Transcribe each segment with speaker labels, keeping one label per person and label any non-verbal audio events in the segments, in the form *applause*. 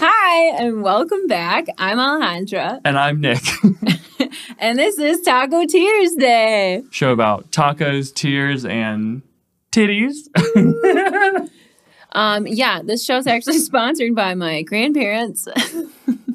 Speaker 1: Hi, and welcome back. I'm Alejandra,
Speaker 2: And I'm Nick. *laughs*
Speaker 1: and this is Taco Tears Day.
Speaker 2: Show about tacos, tears, and titties. *laughs*
Speaker 1: Um, yeah, this show's actually *laughs* sponsored by my grandparents.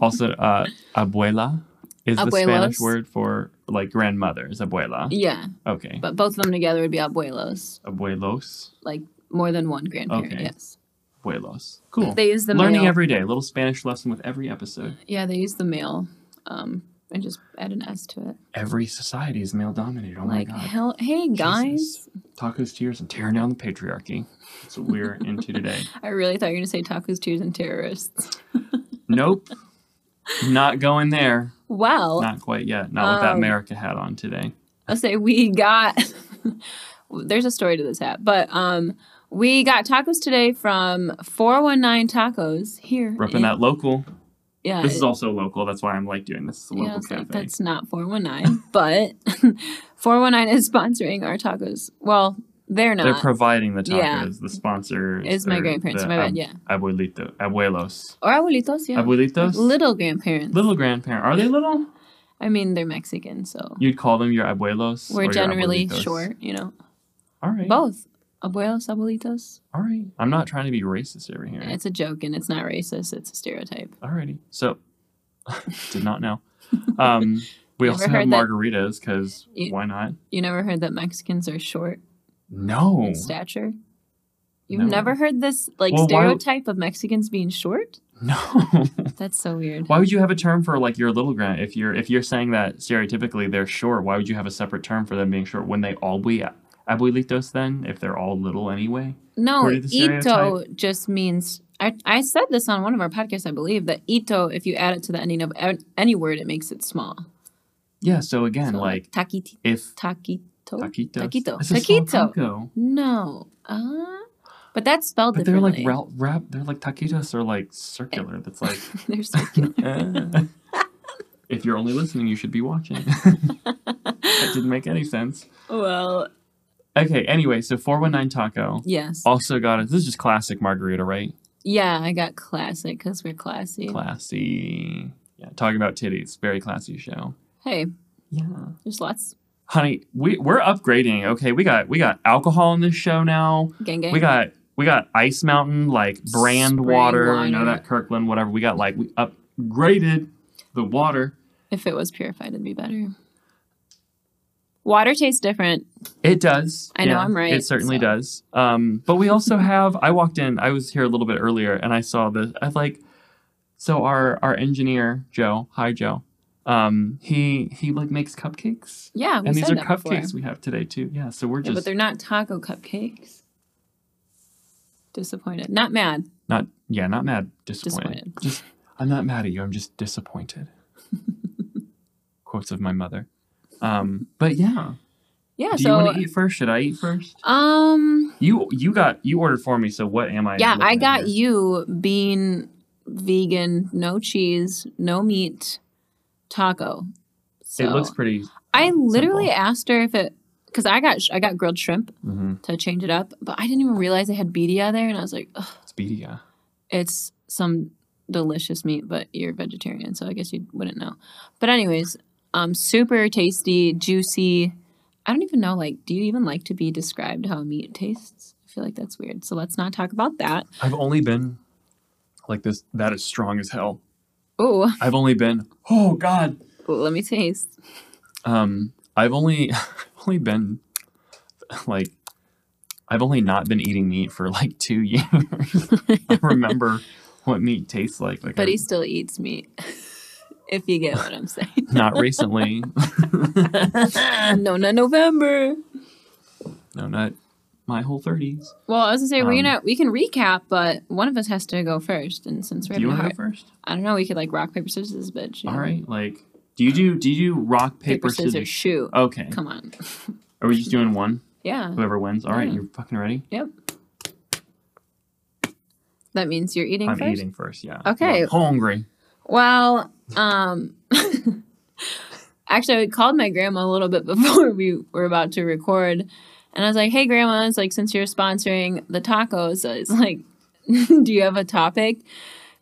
Speaker 2: also, uh, abuela is the
Speaker 1: Abuelos.
Speaker 2: Spanish word for like grandmother is abuela.
Speaker 1: yeah,
Speaker 2: Okay.
Speaker 1: but both of them together would be abuelos,
Speaker 2: Abuelos,
Speaker 1: like more than one grandparent.
Speaker 2: Okay.
Speaker 1: Yes,
Speaker 2: abuelos. Cool.
Speaker 1: they use the
Speaker 2: Learning
Speaker 1: male.
Speaker 2: every day. Little Spanish lesson with every episode.
Speaker 1: yeah, they use the male, um, and just add an S to it.
Speaker 2: Every society is male dominated. Oh
Speaker 1: like,
Speaker 2: my god.
Speaker 1: hell, hey *laughs* guys,
Speaker 2: Jesus. Tacos, tears, and tearing down the patriarchy. That's what we're into today. *laughs*
Speaker 1: I really thought you were gonna say tacos, tears, and terrorists.
Speaker 2: Nope. Not going there.
Speaker 1: Well,
Speaker 2: Not quite yet. Not with that
Speaker 1: Um,
Speaker 2: America hat on today.
Speaker 1: I'll say we got *laughs* there's a story to this hat, but um we got tacos today from 419 Tacos here.
Speaker 2: Repping
Speaker 1: in-
Speaker 2: that local.
Speaker 1: Yeah.
Speaker 2: This is
Speaker 1: it-
Speaker 2: also local. That's why I'm like doing this. It's a
Speaker 1: yeah,
Speaker 2: local
Speaker 1: it's like,
Speaker 2: cafe.
Speaker 1: that's not 419, but *laughs* 419 is sponsoring our tacos. Well, they're
Speaker 2: They're
Speaker 1: not.
Speaker 2: providing the tacos.
Speaker 1: yeah.
Speaker 2: The sponsor
Speaker 1: It's my grandparents, my bad, yeah.
Speaker 2: Abuelito, abuelos,
Speaker 1: or abuelitos, yeah.
Speaker 2: abuelitos,
Speaker 1: Little grandparents.
Speaker 2: little grandparent. Are they little?
Speaker 1: I mean, they're Mexican, so
Speaker 2: You'd call them your abuelos. or
Speaker 1: we're
Speaker 2: your
Speaker 1: generally
Speaker 2: abuelitos.
Speaker 1: short, you know.
Speaker 2: All right,
Speaker 1: Both. Abuelos, abuelitos.
Speaker 2: All right. I'm not trying to be racist over here.
Speaker 1: It's a joke and it's not racist, it's a stereotype.
Speaker 2: Alrighty. So, *laughs* did
Speaker 1: *laughs*
Speaker 2: not know. Um, we
Speaker 1: Never
Speaker 2: also have
Speaker 1: heard that.
Speaker 2: margaritas because
Speaker 1: You-
Speaker 2: why not?
Speaker 1: You never heard that Mexicans are short?
Speaker 2: No.
Speaker 1: in stature. You've
Speaker 2: No.
Speaker 1: never heard this like
Speaker 2: Well, why-
Speaker 1: stereotype of Mexicans being short?
Speaker 2: *laughs* No.
Speaker 1: That's so weird.
Speaker 2: why would you have a term for like your little grand if you're if you're saying that stereotypically they're short? Why would you have a separate term for them being short when they all be abuelitos then if they're all little anyway?
Speaker 1: No,
Speaker 2: According to the
Speaker 1: ito
Speaker 2: stereotype-
Speaker 1: just means I, I said this on one of our podcasts, I believe, that ito, if you add it to the ending of an- any word, it makes it small.
Speaker 2: Yeah. So again,
Speaker 1: So,
Speaker 2: like
Speaker 1: takiti,
Speaker 2: if
Speaker 1: takito,
Speaker 2: taquitos,
Speaker 1: taquito,
Speaker 2: It's a small
Speaker 1: taquito.
Speaker 2: taco,
Speaker 1: No, uh, but that's spelled
Speaker 2: but they're like
Speaker 1: differently.
Speaker 2: ra- wrap. They're like taquitos are like circular.
Speaker 1: *laughs*
Speaker 2: That's like *laughs*
Speaker 1: They're circular.
Speaker 2: Uh, if you're only listening, you should be watching. *laughs* that didn't make any sense.
Speaker 1: *laughs* well,
Speaker 2: Okay, anyway, so 419 Taco
Speaker 1: yes,
Speaker 2: also got us. This is just classic margarita, right?
Speaker 1: yeah, I got classic because we're classy.
Speaker 2: Classy. Yeah, talking about titties. Very classy show.
Speaker 1: hey,
Speaker 2: Yeah.
Speaker 1: there's lots.
Speaker 2: Honey, we, we're upgrading. Okay, we got we got alcohol in this show now.
Speaker 1: Gang gang.
Speaker 2: We got we got Ice Mountain, like brand
Speaker 1: Spring
Speaker 2: water, you know
Speaker 1: water.
Speaker 2: that Kirkland, whatever. We got like we upgraded the water.
Speaker 1: If it was purified, it'd be better. Water tastes different.
Speaker 2: It does.
Speaker 1: I know I'm right,
Speaker 2: It certainly
Speaker 1: so.
Speaker 2: does. Um, but
Speaker 1: *laughs*
Speaker 2: we also have. I walked in. I was here a little bit earlier, and I saw the. I like. So our our engineer Joe, hi Joe. Um, he he like makes cupcakes,
Speaker 1: Yeah, we
Speaker 2: and
Speaker 1: said
Speaker 2: these are
Speaker 1: that
Speaker 2: cupcakes
Speaker 1: before.
Speaker 2: we have today too. Yeah, so we're
Speaker 1: Yeah, but
Speaker 2: just
Speaker 1: they're not taco cupcakes. Disappointed. Not mad.
Speaker 2: not. Yeah, not mad. Disappointed.
Speaker 1: Disappointed.
Speaker 2: Just I'm not mad at you. I'm just
Speaker 1: *laughs*
Speaker 2: disappointed. Quotes of my mother. Um, but yeah.
Speaker 1: Yeah.
Speaker 2: Do you
Speaker 1: so
Speaker 2: want to eat first? Should I eat first?
Speaker 1: um
Speaker 2: You you got you ordered for me. So what am I?
Speaker 1: yeah,
Speaker 2: looking
Speaker 1: I
Speaker 2: at
Speaker 1: got
Speaker 2: here?
Speaker 1: you bean vegan, no cheese, no meat taco. So
Speaker 2: it looks pretty.
Speaker 1: I literally
Speaker 2: simple.
Speaker 1: asked her if it because I got sh- I got grilled shrimp
Speaker 2: mm-hmm,
Speaker 1: to change it up, but I didn't even realize I had bedia there, and I was like, Ugh,
Speaker 2: Speedy, yeah.
Speaker 1: it's some delicious meat, but you're vegetarian, so I guess you wouldn't know. But anyways, um, super tasty, juicy. I don't even know. Like, do you even like to be described how meat tastes? I feel like that's weird. So let's not talk about that.
Speaker 2: I've only been like this. That is strong as hell.
Speaker 1: Oh,
Speaker 2: I've only been. Oh God.
Speaker 1: let me taste.
Speaker 2: Um, I've only *laughs* only been like. I've only not been eating meat for like two *laughs* years. I remember what meat tastes like. Like,
Speaker 1: But
Speaker 2: I-
Speaker 1: he still eats meat. *laughs* if you get what I'm saying.
Speaker 2: *laughs* not recently.
Speaker 1: no, not November.
Speaker 2: no, not my whole thirties.
Speaker 1: Well, I was gonna say we
Speaker 2: Um,
Speaker 1: know we can recap, but one of us has to go first, and since we're
Speaker 2: Do you
Speaker 1: having
Speaker 2: want to
Speaker 1: hard,
Speaker 2: go first?
Speaker 1: I don't know, we could like rock paper scissors, this bitch. you
Speaker 2: All
Speaker 1: know?
Speaker 2: right. Like, do you do do you do rock paper,
Speaker 1: paper scissors, shoot.
Speaker 2: Okay.
Speaker 1: Come on,
Speaker 2: Are we just doing one?
Speaker 1: yeah.
Speaker 2: Whoever wins. All right.
Speaker 1: Yeah.
Speaker 2: You're fucking ready.
Speaker 1: Yep. That means you're eating
Speaker 2: I'm
Speaker 1: first.
Speaker 2: eating first, yeah.
Speaker 1: Okay.
Speaker 2: I'm hungry.
Speaker 1: Well, um *laughs* actually I called my grandma a little bit *laughs* before we were about to record and I was like, "Hey grandma, uh, *laughs* it's like since you're sponsoring the tacos, it's like do you have a topic?"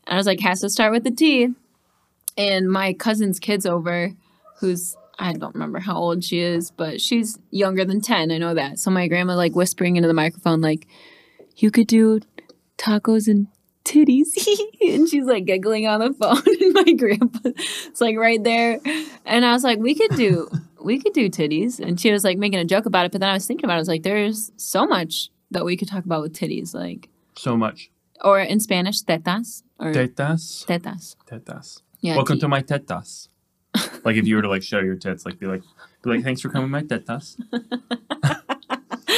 Speaker 1: And I was like, has to start with the T. And my cousin's kid's over, who's I don't remember how old she is, but she's younger than ten. I know that. So my grandma like whispering into the microphone, like, "You could do tacos and titties," *laughs* and she's like giggling on the phone. *laughs* and my grandpa, it's like right there, and I was like, "We could do, we could do titties," and she was like making a joke about it. But then I was thinking about, it. I was like, "There's so much that we could talk about with titties, like,
Speaker 2: So much.
Speaker 1: or in Spanish, tetas or
Speaker 2: Tetas.
Speaker 1: tetas."
Speaker 2: Tetas.
Speaker 1: Yeah.
Speaker 2: Welcome
Speaker 1: T-
Speaker 2: to my tetas. like if you were to like show your tits, like be like, be like, thanks for coming, to my
Speaker 1: *laughs*
Speaker 2: tetas.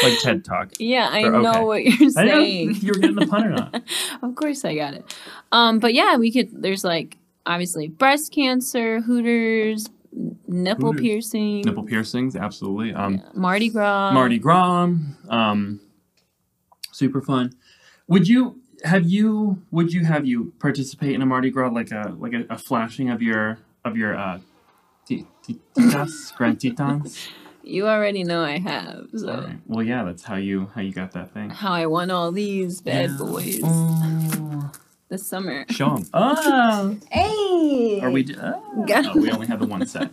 Speaker 2: like TED Talk.
Speaker 1: yeah, I
Speaker 2: or okay.
Speaker 1: know what you're
Speaker 2: *laughs* I didn't
Speaker 1: saying.
Speaker 2: know if you were getting the pun or
Speaker 1: *laughs*
Speaker 2: not.
Speaker 1: Of course I got it. Um, but yeah, we could there's like obviously breast cancer, hooters, n- nipple
Speaker 2: Hooters.
Speaker 1: piercing,
Speaker 2: Nipple piercings, absolutely. Um,
Speaker 1: yeah, Mardi Gras.
Speaker 2: Mardi Gras, um, super fun. Would you have you? Would you have you participate in a Mardi Gras like a like a, a flashing of your of your uh, ti- ti-
Speaker 1: *laughs*
Speaker 2: titas, grand titans?
Speaker 1: You already know I have. So
Speaker 2: All right. Well, yeah, that's how you how you got that thing.
Speaker 1: how I won all these bad boys
Speaker 2: Oh,
Speaker 1: this summer.
Speaker 2: show them. Oh,
Speaker 1: Hey
Speaker 2: are we? d- Oh,
Speaker 1: Got
Speaker 2: no, we only have the one
Speaker 1: *laughs*
Speaker 2: set.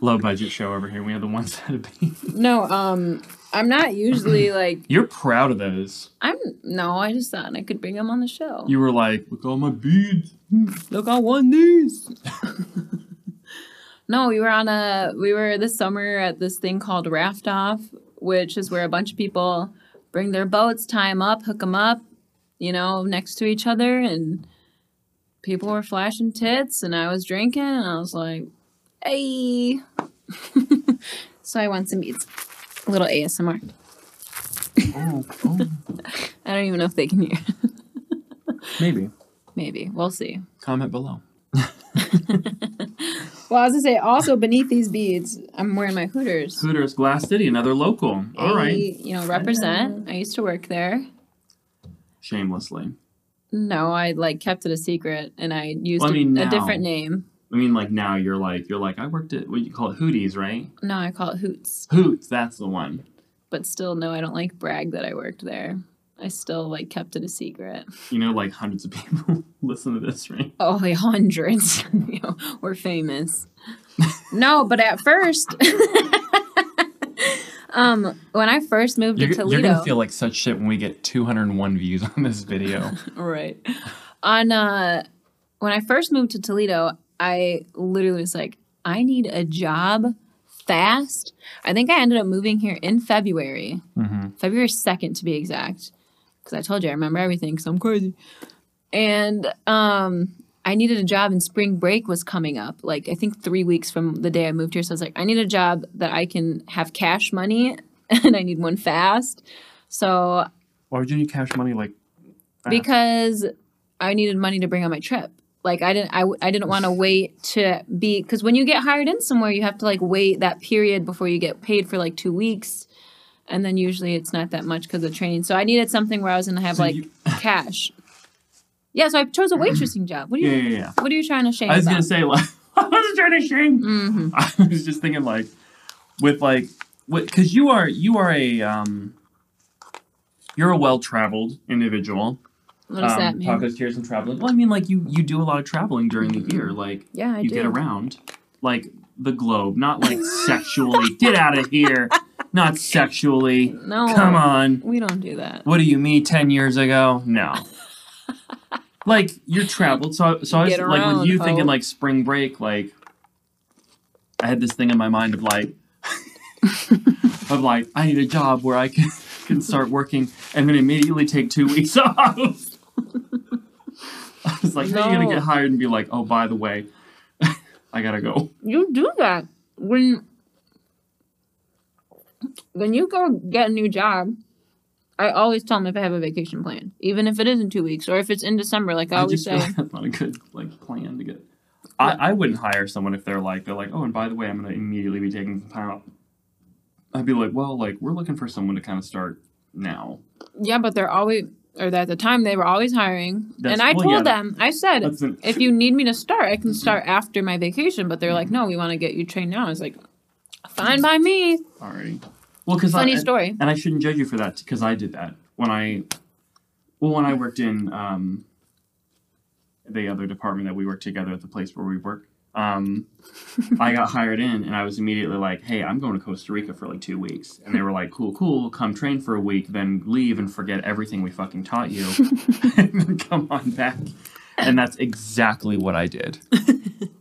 Speaker 2: Low budget show over here. We have the one set of beans.
Speaker 1: No, um I'm not
Speaker 2: *clears throat*
Speaker 1: usually like
Speaker 2: You're proud of those.
Speaker 1: I'm no, I just thought I could bring them on the show.
Speaker 2: You were like, look at all my beads.
Speaker 1: Look, I won these. no, we were on a we were this summer at this thing called raft off, which is where a bunch of people bring their boats, tie them up, hook them up, you know, next to each other, and people were flashing tits, and I was drinking, and I was like, "Hey!" *laughs* so I want some beats, a little ASMR.
Speaker 2: Oh, oh,
Speaker 1: I don't even know if they can hear. *laughs*
Speaker 2: maybe.
Speaker 1: Maybe we'll see.
Speaker 2: Comment below.
Speaker 1: Well, I was gonna say also beneath these beads, I'm wearing my Hooters.
Speaker 2: Hooters, Glass City, another local. All
Speaker 1: I,
Speaker 2: right.
Speaker 1: You know, represent. I used to work there.
Speaker 2: Shamelessly.
Speaker 1: No, I like kept it a secret and I used
Speaker 2: Well, I
Speaker 1: a-
Speaker 2: mean,
Speaker 1: a,
Speaker 2: now.
Speaker 1: different name.
Speaker 2: I mean, like now you're like you're like I worked at what do you call it Hooties, right?
Speaker 1: No, I call it Hoots.
Speaker 2: Hoots, that's the one.
Speaker 1: But still, no, I don't like brag that I worked there. I still like kept it a secret.
Speaker 2: You know, like hundreds of people *laughs* listen to this, right?
Speaker 1: Oh, like hundreds. *laughs* you know, we're famous.
Speaker 2: *laughs*
Speaker 1: no, but at first, *laughs* um, when I first moved
Speaker 2: You're,
Speaker 1: to
Speaker 2: you're
Speaker 1: Toledo,
Speaker 2: gonna feel like such shit when we get 201 views on this video.
Speaker 1: right on uh when i first moved to toledo i literally was like i need a job fast i think i ended up moving here in february
Speaker 2: mm-hmm.
Speaker 1: february 2nd to be exact because i told you i remember everything because i'm crazy and um i needed a job and spring break was coming up like i think three weeks from the day i moved here so i was like i need a job that i can have cash money *laughs* and i need one fast so
Speaker 2: Why would you need cash money? Like, Ah.
Speaker 1: because I needed money to bring on my trip. Like I didn't, I, w- I didn't want to wait to be because when you get hired in somewhere, you have to like wait that period before you get paid for like two weeks, and then usually it's not that much because of training. So I needed something where I was gonna have
Speaker 2: So
Speaker 1: like
Speaker 2: you- *laughs*
Speaker 1: cash. Yeah, so I chose a waitressing job. What are you?
Speaker 2: yeah, yeah, yeah.
Speaker 1: What are you trying to shame
Speaker 2: I was
Speaker 1: about?
Speaker 2: gonna say like *laughs* I was trying to shame.
Speaker 1: hmm
Speaker 2: *laughs* I was just thinking like with like what because you are you are a um you're a well traveled individual.
Speaker 1: What does
Speaker 2: um,
Speaker 1: that mean?
Speaker 2: Tacos, tears, and traveling. Well, I mean, like you you do a lot of traveling during the year. Like
Speaker 1: yeah, Mm-hmm. I
Speaker 2: you
Speaker 1: do.
Speaker 2: get around, like the globe, not like sexually. Get out of here,
Speaker 1: *laughs*
Speaker 2: not sexually.
Speaker 1: No,
Speaker 2: Come on.
Speaker 1: we don't do that.
Speaker 2: What do you mean? Ten years ago?
Speaker 1: *laughs*
Speaker 2: No. like you're traveled. So so I was
Speaker 1: Get
Speaker 2: like
Speaker 1: around,
Speaker 2: with you thinking
Speaker 1: ho.
Speaker 2: like spring break. Like I had this thing in my mind
Speaker 1: *laughs*
Speaker 2: of like. of like, I need a job where I can, can start working and then immediately take two weeks *laughs* off. I was like, how are you gonna
Speaker 1: No.
Speaker 2: get hired and be like, oh, by the way, *laughs* I gotta go.
Speaker 1: You do that when when you go get a new job. I always tell them if I have a vacation plan, even if it is in two weeks or if it's in December. Like I
Speaker 2: I
Speaker 1: always
Speaker 2: just
Speaker 1: say,
Speaker 2: feel like that's not a good like plan to get. I, I wouldn't hire someone if they're like they're like, oh, and by the way, I'm gonna immediately be taking some time off. I'd be like, well, like we're looking for someone to kind of start now.
Speaker 1: yeah, but they're always or at the time they were always hiring,
Speaker 2: That's-
Speaker 1: and I
Speaker 2: well,
Speaker 1: told
Speaker 2: yeah, that-
Speaker 1: them, I said,
Speaker 2: That's an,
Speaker 1: if you need me to start, I can start after my vacation. But they're like, no, we want to get you trained now. I was like, fine by me.
Speaker 2: alrighty. Well, because
Speaker 1: Funny
Speaker 2: I,
Speaker 1: story.
Speaker 2: and I shouldn't judge you for that because I did that when I, well, when I worked in um, the other department that we worked together at the place where we work. Um, I got hired in, and I was immediately like, "Hey, I'm going to Costa Rica for like two weeks," and they were like, "Cool, cool. Come train for a week, then leave and forget everything we fucking taught you, and then come on back." And that's exactly what I did.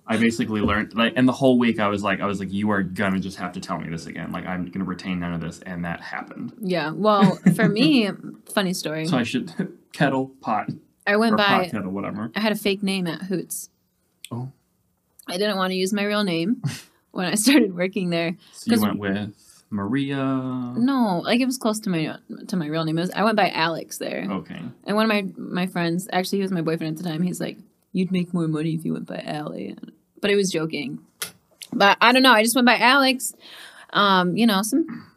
Speaker 2: I basically learned like, and the whole week I was like, I was like, "You are gonna just have to tell me this again. Like, I'm gonna retain none of this," and that happened.
Speaker 1: Yeah. Well, for me, funny story.
Speaker 2: So I should *laughs* kettle pot
Speaker 1: I went
Speaker 2: or pot
Speaker 1: by.
Speaker 2: kettle whatever.
Speaker 1: I had a fake name at Hoots.
Speaker 2: Oh.
Speaker 1: I didn't want to use my real name when I started working there.
Speaker 2: So you
Speaker 1: 'Cause- Mm-hmm.
Speaker 2: went with Maria.
Speaker 1: No, like it was close to my to my real name. It was, I went by Alex there,
Speaker 2: Okay.
Speaker 1: and one of my my friends, actually, he was my boyfriend at the time. He's like, "You'd make more money if you went by Allie," but it was joking. But I don't know. I just went by Alex. Um, you know, some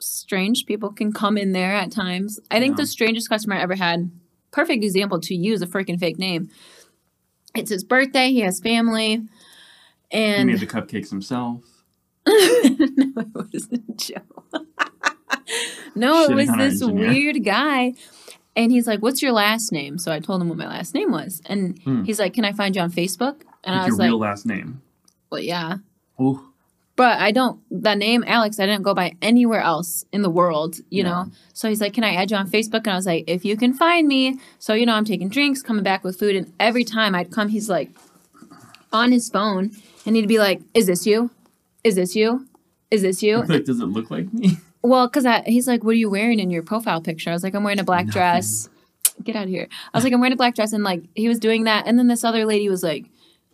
Speaker 1: strange people can come in there at times. I think
Speaker 2: Yeah.
Speaker 1: the strangest customer I ever had. Perfect example to use a freaking fake name. It's his birthday. He has family,
Speaker 2: He
Speaker 1: and
Speaker 2: made the cupcakes himself.
Speaker 1: *laughs* no, it wasn't Joe. *laughs* no, it
Speaker 2: Shitting
Speaker 1: was
Speaker 2: on our
Speaker 1: this
Speaker 2: engineer.
Speaker 1: weird guy. And he's like, What's your last name? So I told him what my last name was. And
Speaker 2: Hmm.
Speaker 1: he's like, Can I find you on Facebook? And I
Speaker 2: With
Speaker 1: was
Speaker 2: your
Speaker 1: like,
Speaker 2: real last name.
Speaker 1: Well, yeah.
Speaker 2: Oh,
Speaker 1: But I don't, the name Alex, I didn't go by anywhere else in the world, you
Speaker 2: Yeah.
Speaker 1: know? So he's like, Can I add you on Facebook? And I was like, If you can find me. So, you know, I'm taking drinks, coming back with food. And every time I'd come, he's like on his phone and he'd be like, Is this you? Is this you? Is this you?
Speaker 2: like, does it look like
Speaker 1: *laughs*
Speaker 2: me?
Speaker 1: Well, because he's like, "What are you wearing in your profile picture?" I was like, "I'm wearing a black
Speaker 2: Nothing.
Speaker 1: dress." Get out of here! I was like, "I'm wearing a black dress," and like he was doing that, and then this other lady was like,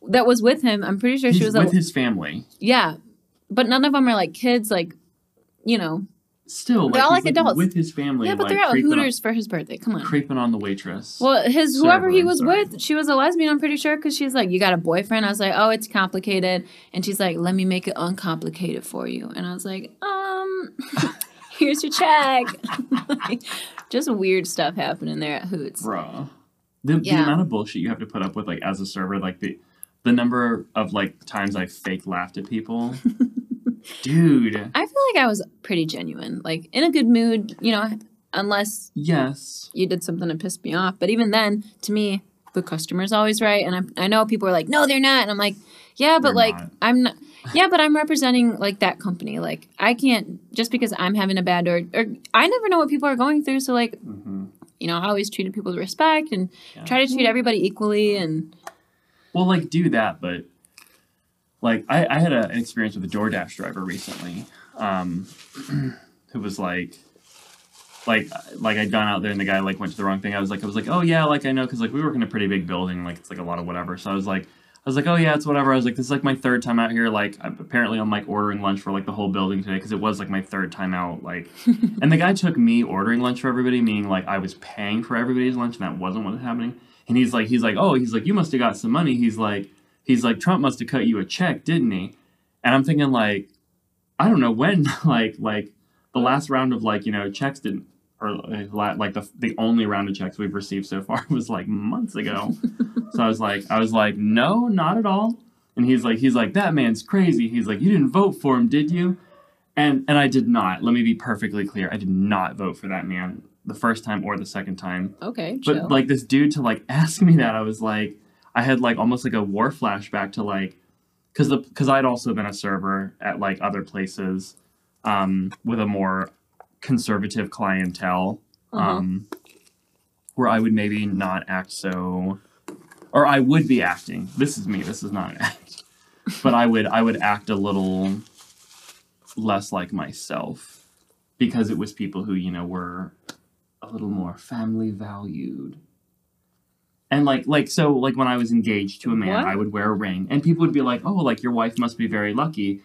Speaker 1: that was with him. I'm pretty sure she
Speaker 2: He's
Speaker 1: was
Speaker 2: with
Speaker 1: like,
Speaker 2: his family.
Speaker 1: yeah, but none of them are like kids, like you know,
Speaker 2: Still, like,
Speaker 1: They're all
Speaker 2: he's,
Speaker 1: like adults.
Speaker 2: with his family.
Speaker 1: yeah, but
Speaker 2: like,
Speaker 1: they're at
Speaker 2: creeping,
Speaker 1: Hooters for his birthday. Come
Speaker 2: On,
Speaker 1: on.
Speaker 2: creeping on the waitress.
Speaker 1: Well, his whoever
Speaker 2: Server,
Speaker 1: he
Speaker 2: I'm
Speaker 1: was
Speaker 2: sorry.
Speaker 1: with, she was a lesbian. I'm pretty sure because she's like, "You got a boyfriend?" I was like, "Oh, it's complicated," and she's like, "Let me make it uncomplicated for you," and I was like, "Um, *laughs* here's your check." *laughs* Like, just weird stuff happening there at Hoots.
Speaker 2: Bruh. The, the
Speaker 1: Yeah.
Speaker 2: amount of bullshit you have to put up with, like, as a server, like, the, the number of, like, times I fake laughed at
Speaker 1: *laughs*
Speaker 2: people. Dude.
Speaker 1: I feel like I was pretty genuine, like in a good mood, you know, unless
Speaker 2: Yes.
Speaker 1: you did something that pissed me off. But even then, to me, the customer's always right, and I, I know people are like, "No, they're not," and I'm like, "Yeah, but
Speaker 2: They're
Speaker 1: like
Speaker 2: not.
Speaker 1: I'm not." *laughs* Yeah, but I'm representing like that company. Like I can't just because I'm having a bad or or I never know what people are going through. So like
Speaker 2: hmm
Speaker 1: you know, I always treated people with respect and
Speaker 2: Yeah.
Speaker 1: try to treat everybody equally. And
Speaker 2: Well, like do that, but like I, I had a, an experience with a DoorDash driver recently, um, *clears throat* who was like, like, like I'd gone out there and the guy like went to the wrong thing. I was like, I was like, oh yeah, like I know, cause like we work in a pretty big building, like it's like a lot of whatever. So I was like, I was like, oh yeah, it's whatever. I was like, this is like my third time out here. Like I'm, apparently I'm like ordering lunch for like the whole building today, cause it was like my third time out. Like, and the guy took me ordering lunch for everybody, meaning like I was paying for everybody's lunch, and that wasn't what was happening. And he's like, he's like, oh, he's like, you must have got some money. He's like, he's like, Trump must have cut you a check, didn't he? And I'm thinking like, I don't know when, *laughs* like, like the last round of like, you know, checks didn't, or like la- like the the only round of checks we've received so far *laughs* was like months ago. so I was like, I was like, no, not at all. And he's like, he's like, that man's crazy. He's like, you didn't vote for him, did you? And and I did not. Let me be perfectly clear. I did not vote for that man the first time or the second time.
Speaker 1: okay, chill.
Speaker 2: But like this dude to like *laughs* ask me that, I was like, I had like almost like a war flashback to like, because the because I'd also been a server at like other places, um, with a more conservative clientele,
Speaker 1: Uh-huh.
Speaker 2: um, where I would maybe not act so, or I would be acting. This is me. This is not an *laughs* act, but I would I would act a little less like myself because it was people who you know were a little more family valued. And like like so like when I was engaged to a man,
Speaker 1: What?
Speaker 2: I would wear a ring, and people would be like, "Oh, like your wife must be very lucky."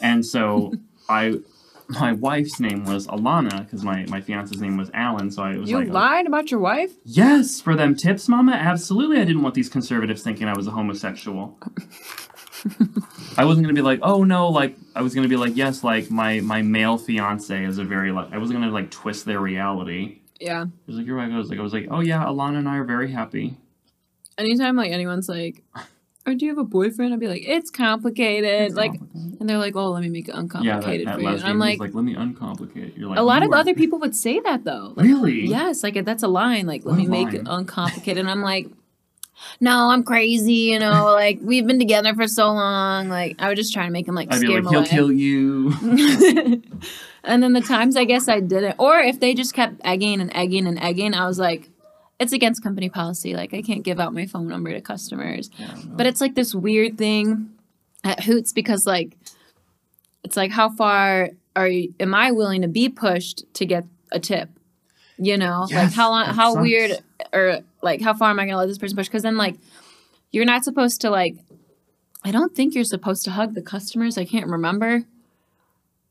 Speaker 2: and so I my wife's name was Alana because my my fiance's name was Alan, so I was
Speaker 1: you
Speaker 2: like,
Speaker 1: lied about your wife.
Speaker 2: "Yes, for them tips, Mama. Absolutely, I didn't want these conservatives thinking I was a homosexual." I wasn't gonna be like, "Oh no," like I was gonna be like, "Yes, like my my male fiance is a very like." I wasn't gonna like twist their reality.
Speaker 1: Yeah.
Speaker 2: He was like, "Your wife." I was like, "I was like, oh yeah, Alana and I are very happy."
Speaker 1: Anytime like anyone's like, "Or do you have a boyfriend?" I'd be like, "It's complicated."
Speaker 2: It's
Speaker 1: like,
Speaker 2: complicated.
Speaker 1: and they're like, "Oh, let me make it
Speaker 2: yeah, that,
Speaker 1: uncomplicated
Speaker 2: that
Speaker 1: for you." And
Speaker 2: lesbian
Speaker 1: I'm
Speaker 2: was
Speaker 1: like,
Speaker 2: like, "Let me uncomplicate." it." You're like,
Speaker 1: a lot
Speaker 2: "You
Speaker 1: of
Speaker 2: are-
Speaker 1: other people would say that though. Like,
Speaker 2: really,
Speaker 1: yes, like that's a line. Like, let
Speaker 2: What a
Speaker 1: me make it
Speaker 2: line. *laughs*
Speaker 1: uncomplicated. And I'm like, no, I'm crazy, you know, like we've been together for so long. Like I would just try to make him like
Speaker 2: I'd be
Speaker 1: scare
Speaker 2: like,
Speaker 1: him away.
Speaker 2: he'll
Speaker 1: *laughs*
Speaker 2: kill you.
Speaker 1: and then the times I guess I did it, or if they just kept egging and egging and egging, I was like, it's against company policy. Like I can't give out my phone number to customers. But it's like this weird thing at Hoots because like it's like how far are you, am I willing to be pushed to get a tip? You know, like
Speaker 2: Yes,
Speaker 1: how long,
Speaker 2: that
Speaker 1: how
Speaker 2: sucks.
Speaker 1: weird, or like how far am I going to let this person push? Because then like you're not supposed to like. I don't think you're supposed to hug the customers. I can't remember.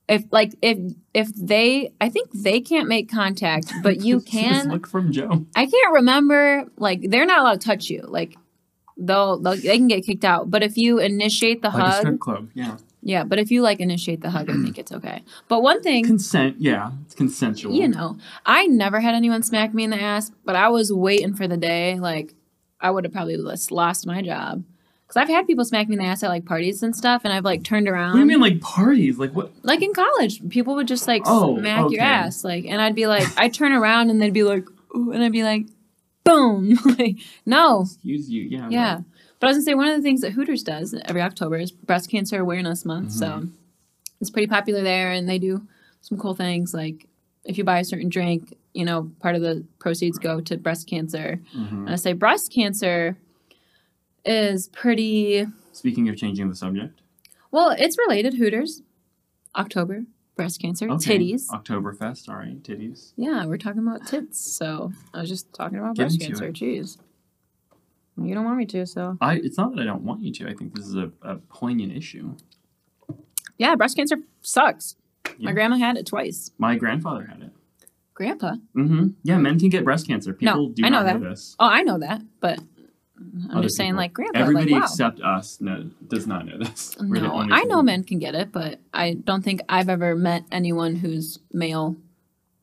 Speaker 1: If like if if they, I think they can't make contact, *laughs* but
Speaker 2: *laughs*
Speaker 1: you
Speaker 2: This is
Speaker 1: can.
Speaker 2: look from Joe.
Speaker 1: I can't remember. Like they're not allowed to touch you. Like they'll, they'll they can get kicked out. But if you initiate the
Speaker 2: Like a
Speaker 1: hug,
Speaker 2: strip club. Yeah.
Speaker 1: yeah. But if you like initiate the hug, I think it's okay. But one thing,
Speaker 2: Consent. Yeah. It's consensual.
Speaker 1: you know, I never had anyone smack me in the ass, but I was waiting for the day. Like I would have probably just lost my job because I've had people smack me in the ass at like parties and stuff, and I've like turned around.
Speaker 2: What do you mean, like parties? Like what?
Speaker 1: Like in college, people would just like
Speaker 2: Oh,
Speaker 1: smack your
Speaker 2: okay.
Speaker 1: ass, like, and I'd be like, I would turn around and they'd be like, ooh, and I'd be like, boom, *laughs* like, no,
Speaker 2: Use you? Yeah.
Speaker 1: yeah. But I was gonna say one of the things that Hooters does every October is Breast Cancer Awareness Month. So
Speaker 2: Mm-hmm.
Speaker 1: it's pretty popular there, and they do some cool things like if you buy a certain drink, you know, part of the proceeds go to breast cancer.
Speaker 2: Mhm.
Speaker 1: And I say breast cancer is pretty
Speaker 2: Speaking of changing the subject.
Speaker 1: well. It's related Hooters, October breast cancer
Speaker 2: Okay.
Speaker 1: titties.
Speaker 2: Oktoberfest. All right. Titties.
Speaker 1: Yeah, we're talking about tits. So I was just talking about
Speaker 2: Get
Speaker 1: breast
Speaker 2: into
Speaker 1: cancer.
Speaker 2: it.
Speaker 1: Jeez, you don't want me to, so
Speaker 2: I, it's not that I don't want you to. I think this is a, a poignant issue.
Speaker 1: yeah. Breast cancer sucks.
Speaker 2: Yeah.
Speaker 1: My grandma had it twice.
Speaker 2: My grandfather had it.
Speaker 1: Grandpa.
Speaker 2: Mm-hmm. Yeah, men can get breast cancer.
Speaker 1: No,
Speaker 2: People do
Speaker 1: I know
Speaker 2: not
Speaker 1: that.
Speaker 2: know this.
Speaker 1: Oh, I know that, but I'm
Speaker 2: Other
Speaker 1: just saying,
Speaker 2: people.
Speaker 1: like grandpa,
Speaker 2: Everybody
Speaker 1: like wow.
Speaker 2: except us no, does not know this. We're the
Speaker 1: no,
Speaker 2: only
Speaker 1: I know
Speaker 2: people.
Speaker 1: men can get it, but I don't think I've ever met anyone whose male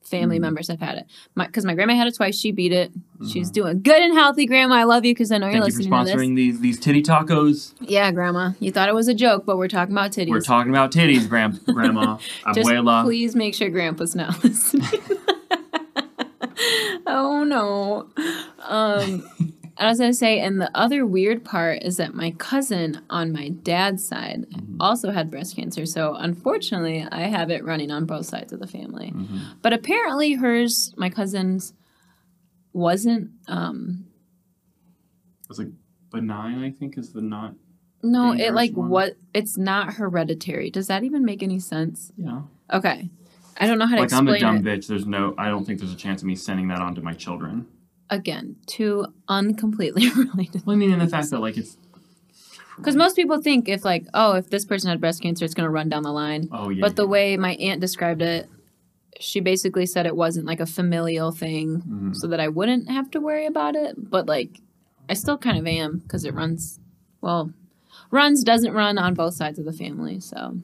Speaker 1: family
Speaker 2: Mm.
Speaker 1: members have had it. My because my grandma had it twice. She beat it. She's doing good and healthy, grandma. I love you because I know you're
Speaker 2: Mm-hmm. Thank you
Speaker 1: listening
Speaker 2: for
Speaker 1: to this.
Speaker 2: sponsoring these these titty tacos.
Speaker 1: Yeah, grandma, you thought it was a joke, but we're talking about titties.
Speaker 2: We're talking about titties, Gram- Grandma,
Speaker 1: *laughs* Just
Speaker 2: Abuela.
Speaker 1: please make sure grandpa's not *laughs* listening. oh no. Um I was gonna say, and the other weird part is that my cousin on my dad's side
Speaker 2: Mm-hmm.
Speaker 1: also had breast cancer. So unfortunately, I have it running on both sides of the family.
Speaker 2: Mhm.
Speaker 1: But apparently, hers, my cousin's, wasn't. Um,
Speaker 2: It's like benign. I think is the not.
Speaker 1: no, it
Speaker 2: Dangerous
Speaker 1: like
Speaker 2: one.
Speaker 1: what? It's not hereditary. Does that even make any sense?
Speaker 2: Yeah.
Speaker 1: Okay, I don't know how to
Speaker 2: Like I'm
Speaker 1: explain
Speaker 2: a dumb
Speaker 1: it.
Speaker 2: bitch. There's no. I don't think there's a chance of me sending that on to my children.
Speaker 1: Again, two uncompletely *laughs* related
Speaker 2: Well, I mean, in the fact that like it's.
Speaker 1: Because most people think if like, oh, if this person had breast cancer, it's gonna run down the line.
Speaker 2: Oh yeah.
Speaker 1: But the way my aunt described it, she basically said it wasn't like a familial thing,
Speaker 2: Mhm.
Speaker 1: so that I wouldn't have to worry about it. But like, I still kind of am because it runs, well, runs doesn't run on both sides of the family. So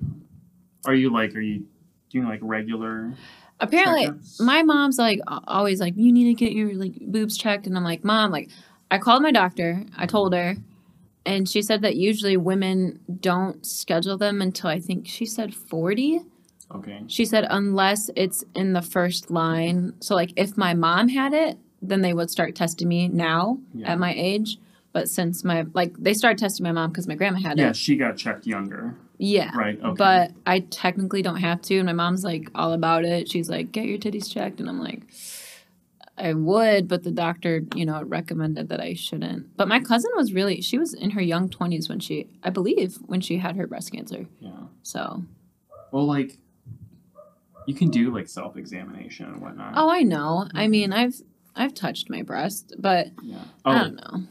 Speaker 2: Are you like? Are you doing like regular?
Speaker 1: apparently,
Speaker 2: Checkups.
Speaker 1: my mom's like a- always like, you need to get your like boobs checked, and I'm like, mom, like, I called my doctor, I told her, and she said that usually women don't schedule them until I think she said 40.
Speaker 2: Okay.
Speaker 1: She said unless it's in the first line. So like if my mom had it, then they would start testing me now
Speaker 2: Yeah.
Speaker 1: at my age. But since my like they started testing my mom because my grandma had
Speaker 2: Yeah,
Speaker 1: it.
Speaker 2: she got checked younger.
Speaker 1: Yeah.
Speaker 2: Right. Okay.
Speaker 1: But I technically don't have to. And my mom's like all about it. She's like, get your titties checked. And I'm like, I would, but the doctor, you know, recommended that I shouldn't. But my cousin was really, she was in her young 20s when she, I believe, when she had her breast cancer.
Speaker 2: yeah.
Speaker 1: So,
Speaker 2: Well, like you can do like self examination and whatnot.
Speaker 1: oh, I know. I mean, I've, I've touched my breast, but
Speaker 2: Yeah.
Speaker 1: I
Speaker 2: Oh,
Speaker 1: don't know.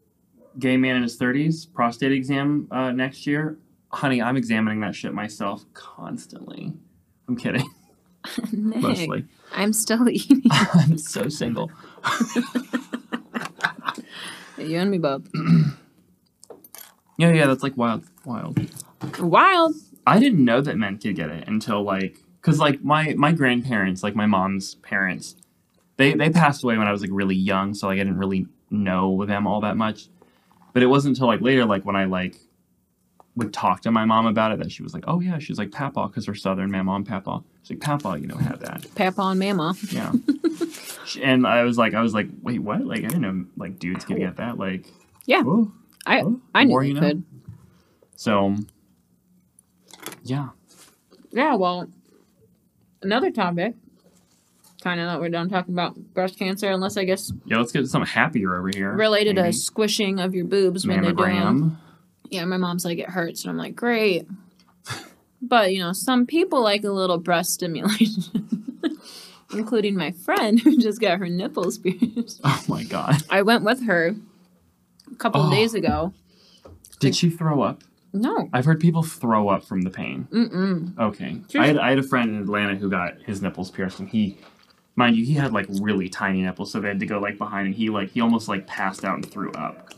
Speaker 1: *laughs*
Speaker 2: gay man in his thirties, prostate exam uh, next year. Honey, I'm examining that shit myself constantly. I'm kidding, *laughs*
Speaker 1: Nick,
Speaker 2: mostly.
Speaker 1: I'm still *laughs* eating.
Speaker 2: *laughs* I'm so single.
Speaker 1: you and me
Speaker 2: *clears throat*
Speaker 1: both.
Speaker 2: Yeah, yeah, that's like wild, wild.
Speaker 1: Wild.
Speaker 2: I didn't know that men could get it until like, cause like my my grandparents, like my mom's parents, they they passed away when I was like really young, so like I didn't really know them all that much. But it wasn't until like later, like when I like would talk to my mom about it, that she was like, "Oh yeah," she's like "Papa," cause we're Southern, my mom Papa. She's like "Papa," you know, had that,
Speaker 1: Papa and Mama. *laughs*
Speaker 2: yeah. She- and I was like, I was like, wait, what? Like I didn't know like dudes could get that. Like
Speaker 1: Yeah.
Speaker 2: Oh,
Speaker 1: I
Speaker 2: oh,
Speaker 1: I
Speaker 2: the
Speaker 1: knew
Speaker 2: more
Speaker 1: they
Speaker 2: you know.
Speaker 1: could.
Speaker 2: So, yeah.
Speaker 1: Yeah, well, another topic, kind of that we're done talking about breast cancer, unless I guess
Speaker 2: Yeah, let's get something happier over here.
Speaker 1: related
Speaker 2: maybe.
Speaker 1: to squishing of your boobs when they're doing. Them.
Speaker 2: mammogram.
Speaker 1: Yeah, my mom's like it hurts, and I'm like great, but you know some people like a little breast stimulation, *laughs* including my friend who just got her nipples pierced.
Speaker 2: *laughs* Oh my god!
Speaker 1: *laughs* I went with her a couple
Speaker 2: Oh.
Speaker 1: days ago.
Speaker 2: Did she throw up?
Speaker 1: No,
Speaker 2: I've heard people throw up from the pain.
Speaker 1: mm-mm.
Speaker 2: Okay.
Speaker 1: Sure.
Speaker 2: I had, I had a friend in Atlanta who got his nipples pierced, and he, mind you, he had like really tiny nipples, so they had to go like behind, and he like he almost like passed out and threw up.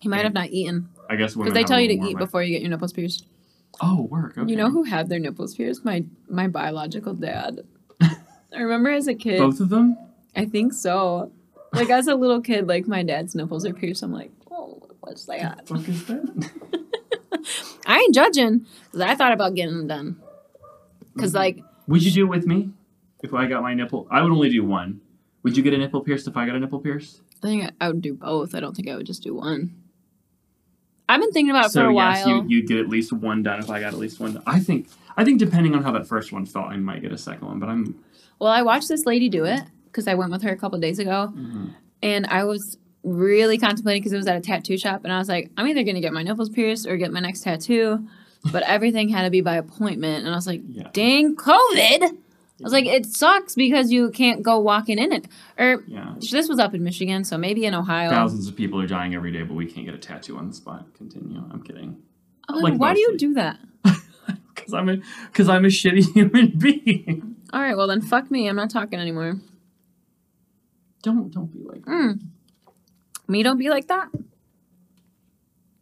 Speaker 1: he might have not eaten
Speaker 2: I guess women
Speaker 1: because they
Speaker 2: have a
Speaker 1: tell you
Speaker 2: little
Speaker 1: to
Speaker 2: more
Speaker 1: eat
Speaker 2: of a-
Speaker 1: before you get your nipples pierced.
Speaker 2: Oh, work. Okay.
Speaker 1: You know who had their nipples pierced? My my biological
Speaker 2: *laughs*
Speaker 1: dad. I remember as a kid.
Speaker 2: Both of them.
Speaker 1: I think so. Like as a little kid, like my dad's nipples are pierced. I'm like, oh, what's that?
Speaker 2: What the fuck is that?
Speaker 1: I ain't judging, 'cause I thought about getting them done.
Speaker 2: Mm-hmm.
Speaker 1: Cause like
Speaker 2: Would you do it with me if I got my nipple? I would only do one. Would you get a nipple pierced if I got a nipple pierced?
Speaker 1: I think I, I would do both. I don't think I would just do one. I've been thinking about it
Speaker 2: so
Speaker 1: for a
Speaker 2: yes,
Speaker 1: while.
Speaker 2: you you get at least one done if I got at least one. Done. I think I think depending on how that first one felt, I might get a second one. But I'm
Speaker 1: Well, I watched this lady do it because I went with her a couple days ago,
Speaker 2: mm-hmm,
Speaker 1: and I was really contemplating because it was at a tattoo shop, and I was like, I'm either gonna get my nipples pierced or get my next tattoo, but everything had to be by appointment, and I was like,
Speaker 2: yeah.
Speaker 1: dang COVID! I was like, it sucks because you can't go walking in it. Or
Speaker 2: Yeah.
Speaker 1: this was up in Michigan, so maybe in Ohio.
Speaker 2: Thousands of people are dying every day, but we can't get a tattoo on the spot. Continue. I'm kidding. *laughs*
Speaker 1: I'm like,
Speaker 2: like
Speaker 1: why do you
Speaker 2: mostly.
Speaker 1: do that?
Speaker 2: Because I'm a because I'm a shitty *laughs* human being.
Speaker 1: All right, well then, fuck me. I'm not talking anymore.
Speaker 2: Don't don't be like. that.
Speaker 1: Mm. Me don't be like that.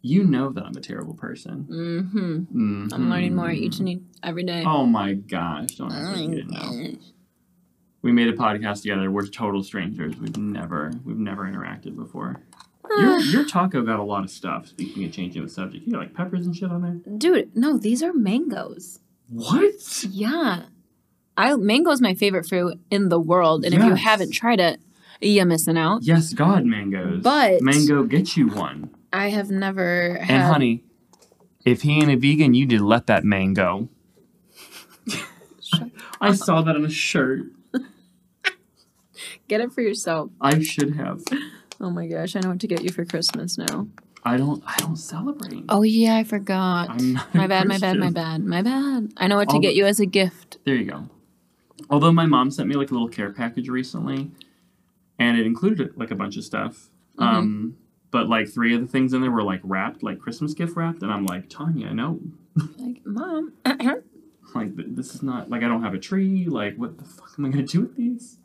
Speaker 2: You know that I'm a terrible person.
Speaker 1: Mm-hmm. I'm
Speaker 2: Mhm.
Speaker 1: learning more each and e- every day. Mm-hmm.
Speaker 2: Oh my gosh! Don't ask me if you didn't know.
Speaker 1: Mm.
Speaker 2: We made a podcast together. We're total strangers. We've never we've never interacted before. Your,
Speaker 1: *sighs* Ah,
Speaker 2: your taco got a lot of stuff. Speaking of changing the subject, you got like peppers and shit on there.
Speaker 1: Dude, no, these are mangoes.
Speaker 2: What?
Speaker 1: Yeah. I mango's my favorite fruit in the world, and if you
Speaker 2: Yes.
Speaker 1: haven't tried it, you're missing out.
Speaker 2: Yes, God, mangoes.
Speaker 1: But-
Speaker 2: mango, get you one.
Speaker 1: I have never had
Speaker 2: And honey, if he ain't a vegan, you did let that man go.
Speaker 1: Uh-huh.
Speaker 2: I saw that on a shirt.
Speaker 1: get it for yourself.
Speaker 2: I should have.
Speaker 1: Oh my gosh, I know what to get you for Christmas now.
Speaker 2: I don't. I don't celebrate.
Speaker 1: Oh yeah, I forgot.
Speaker 2: I'm not a
Speaker 1: My bad, my bad, my
Speaker 2: Christian.
Speaker 1: bad, my bad. I know what to
Speaker 2: All
Speaker 1: get
Speaker 2: the-
Speaker 1: you as a gift.
Speaker 2: There you go. Although my mom sent me like a little care package recently, and it included like a bunch of stuff. Um, but like three of the things in there were like wrapped, like Christmas gift wrapped, and I'm like, Tanya, no,
Speaker 1: Like, mom, *clears throat*
Speaker 2: like th- this is not like I don't have a tree. Like, what the fuck am I gonna do with these?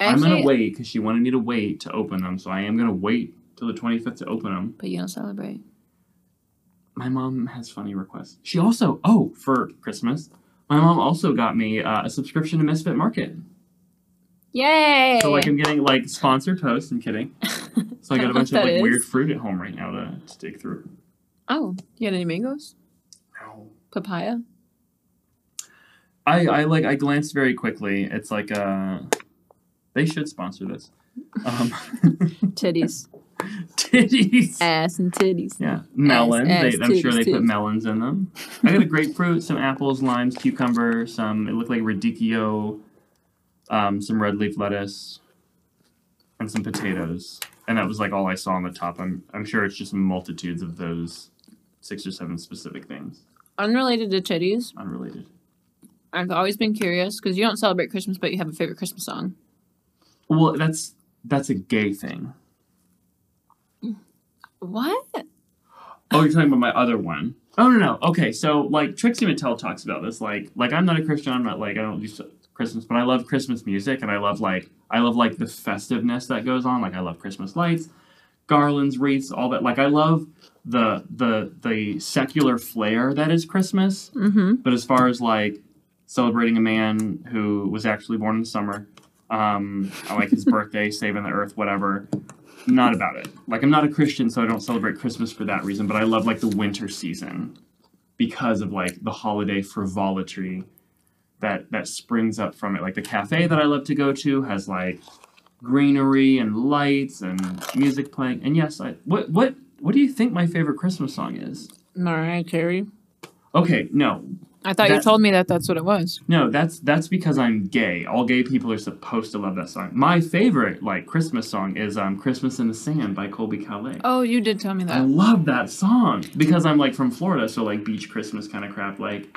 Speaker 2: I'm
Speaker 1: actually,
Speaker 2: gonna wait because she wanted me to wait to open them, so I am gonna wait till the 25th to open them.
Speaker 1: but you don't celebrate.
Speaker 2: My mom has funny requests. She also, oh, for Christmas, my mom also got me uh, a subscription to Misfit Market.
Speaker 1: Yay!
Speaker 2: So like I'm getting like sponsored posts. I'm kidding. So
Speaker 1: *laughs*
Speaker 2: I got a bunch of
Speaker 1: That
Speaker 2: like
Speaker 1: is.
Speaker 2: weird fruit at home right now to, to dig through.
Speaker 1: oh, you got any mangoes? Papaya?
Speaker 2: I I like I glanced very quickly. It's like uh, they should sponsor this. Um, *laughs*
Speaker 1: Titties.
Speaker 2: titties.
Speaker 1: Ass and titties.
Speaker 2: Yeah, melon.
Speaker 1: ass,
Speaker 2: they, I'm sure
Speaker 1: titties,
Speaker 2: they put
Speaker 1: titties.
Speaker 2: melons in them. I got a grapefruit, some apples, limes, cucumber, some. It looked like radicchio, um, some red leaf lettuce, and some potatoes. And that was like all I saw on the top. I'm I'm sure it's just multitudes of those six or seven specific things,
Speaker 1: Unrelated to titties,
Speaker 2: unrelated.
Speaker 1: I've always been curious because you don't celebrate Christmas, but you have a favorite Christmas song.
Speaker 2: Well, that's that's a gay thing.
Speaker 1: What?
Speaker 2: Oh, you're talking about my other one. Oh no no. Okay, so like Trixie Mattel talks about this. Like like I'm not a Christian. I'm not like I don't do s- Christmas, but I love Christmas music and I love like I love like the festiveness that goes on. Like I love Christmas lights, garlands, wreaths, all that. Like I love the the the secular flair that is Christmas.
Speaker 1: Mm-hmm.
Speaker 2: But as far as like celebrating a man who was actually born in the summer, um, I like his birthday, saving the earth, whatever, not about it. Like I'm not a Christian, so I don't celebrate Christmas for that reason. But I love like the winter season because of like the holiday frivolity that that springs up from it. Like the cafe that I love to go to has like greenery and lights and music playing. And yes, I what what what do you think my favorite Christmas song is?
Speaker 1: Mariah Carey.
Speaker 2: Okay, no,
Speaker 1: I thought you
Speaker 2: That-
Speaker 1: told me that that's what it was.
Speaker 2: no, that's that's because I'm gay. All gay people are supposed to love that song. My favorite like Christmas song is um "Christmas in the Sand" by Colby Calais.
Speaker 1: Oh, you did tell me
Speaker 2: I
Speaker 1: that.
Speaker 2: love that song because I'm like from Florida, so like beach Christmas kind of crap. Like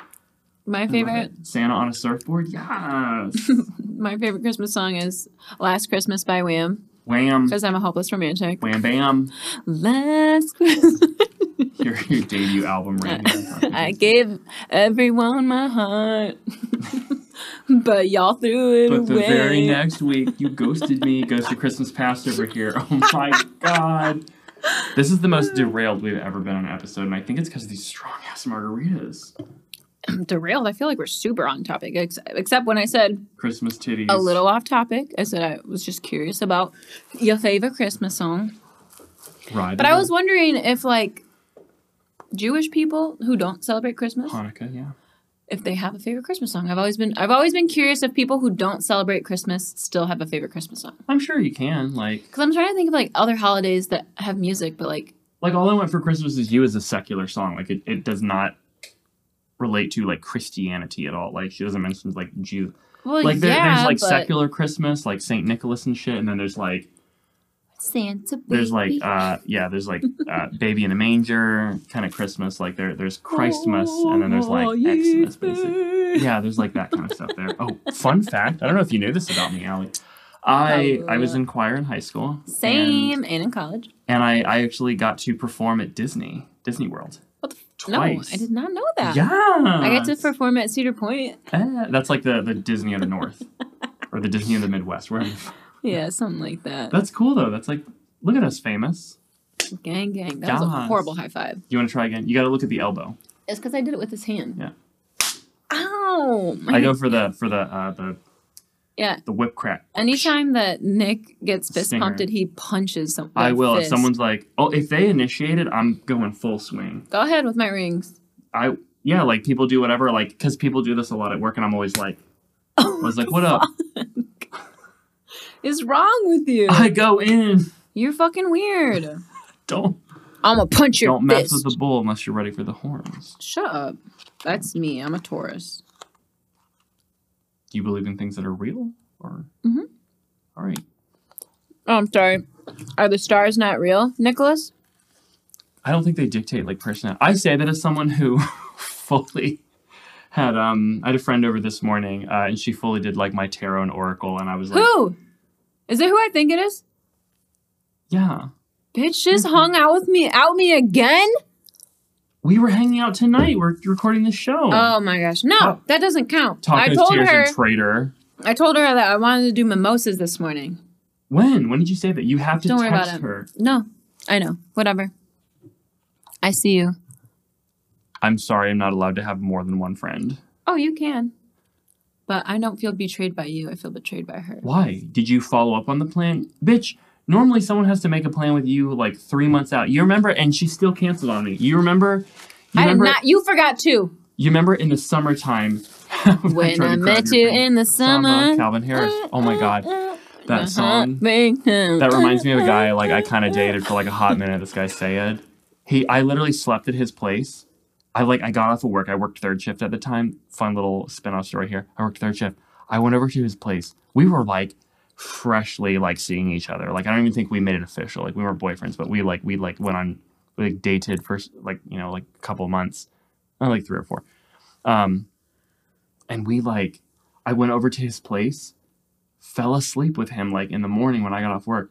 Speaker 1: My
Speaker 2: I love
Speaker 1: favorite,
Speaker 2: it. Santa on a surfboard.
Speaker 1: *laughs*
Speaker 2: Yes,
Speaker 1: my favorite Christmas song is "Last Christmas" by Wham
Speaker 2: wham,
Speaker 1: because I'm a hopeless romantic.
Speaker 2: wham, bam.
Speaker 1: Last Christmas,
Speaker 2: Your, your debut
Speaker 1: *laughs*
Speaker 2: album right here.
Speaker 1: I gave everyone my heart, *laughs* but y'all threw it
Speaker 2: But the
Speaker 1: away.
Speaker 2: very next week, you
Speaker 1: *laughs*
Speaker 2: ghosted me. Goes to Christmas past over here. Oh my god. This is the most derailed we've ever been on an episode, and I think it's because of these strong ass margaritas.
Speaker 1: derailed. I feel like we're super on topic, ex- except when I said
Speaker 2: Christmas titties.
Speaker 1: a little off topic. I said I was just curious about your favorite Christmas song.
Speaker 2: Right.
Speaker 1: But I was wondering if like Jewish people who don't celebrate Christmas,
Speaker 2: Hanukkah, yeah.
Speaker 1: if they have a favorite Christmas song. I've always been I've always been curious if people who don't celebrate Christmas still have a favorite Christmas song.
Speaker 2: I'm sure you can. Like,
Speaker 1: Cuz I'm trying to think of like other holidays that have music but like
Speaker 2: like all I want for Christmas is you is a secular song. Like, it, it does not relate to like Christianity at all. Like, she doesn't mention like Jew.
Speaker 1: well
Speaker 2: Like, there,
Speaker 1: yeah,
Speaker 2: there's like
Speaker 1: but
Speaker 2: secular Christmas, like Saint Nicholas and shit, and then there's like
Speaker 1: Santa baby.
Speaker 2: there's like uh yeah there's like uh baby in a manger kind of christmas like there there's christmas and then there's like
Speaker 1: Oh, ye
Speaker 2: xmas basically
Speaker 1: fair.
Speaker 2: yeah there's like that kind of stuff there oh fun fact i don't know if you knew this about me Allie. i i was in choir in high school and-
Speaker 1: Same and in college.
Speaker 2: and, i i actually got to perform at disney disney world
Speaker 1: What the f-
Speaker 2: twice
Speaker 1: No, I did not know
Speaker 2: yeah, Eh,
Speaker 1: that. I got to perform at Cedar Point.
Speaker 2: that's like the the disney of
Speaker 1: *laughs*
Speaker 2: the north or the disney of the midwest where
Speaker 1: Yeah, something like that.
Speaker 2: that's cool though that's like look at us famous
Speaker 1: Gang, gang. That was a
Speaker 2: Yes.
Speaker 1: horrible high five.
Speaker 2: you want to try again you got to look at the elbow
Speaker 1: It's because I did it with his hand.
Speaker 2: Yeah.
Speaker 1: Ow! my
Speaker 2: I
Speaker 1: hand- *laughs*
Speaker 2: go for the for the uh, the
Speaker 1: Yeah.
Speaker 2: the whip crack.
Speaker 1: Anytime that Nick gets fist
Speaker 2: Stinger.
Speaker 1: pumped, he punches someone.
Speaker 2: I will
Speaker 1: Fist.
Speaker 2: if someone's like, oh, if they initiate it, I'm going full swing.
Speaker 1: Go ahead with my rings.
Speaker 2: I yeah, like people do whatever, like because people do this a lot at work, and I'm always like, I
Speaker 1: *laughs*
Speaker 2: was like, what up?
Speaker 1: Is wrong with you?
Speaker 2: *laughs* I go in.
Speaker 1: You're fucking weird.
Speaker 2: Don't
Speaker 1: I'm gonna punch your
Speaker 2: don't mess
Speaker 1: fist.
Speaker 2: with the bull unless you're ready for the horns.
Speaker 1: Shut up. That's me. I'm a Taurus.
Speaker 2: Do you believe in things that are real or?
Speaker 1: Mhm.
Speaker 2: All right.
Speaker 1: Oh, I'm sorry. Are the stars not real, Nicholas?
Speaker 2: I don't think they dictate like personal. I say that as someone who *laughs* fully had um. I had a friend over this morning, uh, and she fully did like my tarot and oracle, and I was like,
Speaker 1: Who? Is it who I think it is?
Speaker 2: yeah.
Speaker 1: Bitch just
Speaker 2: Mm-hmm.
Speaker 1: hung out with me, out me again?
Speaker 2: We were hanging out tonight. We're recording the show.
Speaker 1: Oh my gosh. No,
Speaker 2: Oh.
Speaker 1: that doesn't count. I
Speaker 2: Tacos,
Speaker 1: told
Speaker 2: tears,
Speaker 1: her
Speaker 2: and traitor.
Speaker 1: I told her that I wanted to do mimosas this morning.
Speaker 2: When? When did you say that? You have to
Speaker 1: Don't worry
Speaker 2: text
Speaker 1: about it.
Speaker 2: her.
Speaker 1: No, I know. Whatever. I see you.
Speaker 2: I'm sorry, I'm not allowed to have more than one friend.
Speaker 1: Oh, you can. But I don't feel betrayed by you. I feel betrayed by her.
Speaker 2: Why? Did you follow up on the plan? Bitch, normally someone has to make a plan with you like three months out. You remember? And she still canceled on me. You remember? You
Speaker 1: I did
Speaker 2: remember,
Speaker 1: not. You forgot
Speaker 2: *laughs*
Speaker 1: too.
Speaker 2: You remember in the summertime? *laughs* tried
Speaker 1: When
Speaker 2: to
Speaker 1: I
Speaker 2: grab
Speaker 1: met
Speaker 2: your
Speaker 1: you
Speaker 2: friend.
Speaker 1: in the
Speaker 2: Summer,
Speaker 1: summer. Uh-huh.
Speaker 2: Calvin Harris. Oh my God.
Speaker 1: *laughs*
Speaker 2: That song. That
Speaker 1: That
Speaker 2: reminds me of a guy like I kind of dated for like a hot minute. This guy Sayed. He, I literally slept at his place. I like I got off of work. I worked third shift at the time. Fun little spin-off story here. I worked third shift. I went over to his place. We were like freshly like seeing each other. Like I don't even think we made it official. Like we weren't boyfriends, but we like we like went on we, like dated for like you know like a couple months, not like three or four. Um, and we like I went over to his place fell asleep with him like in the morning when I got off work.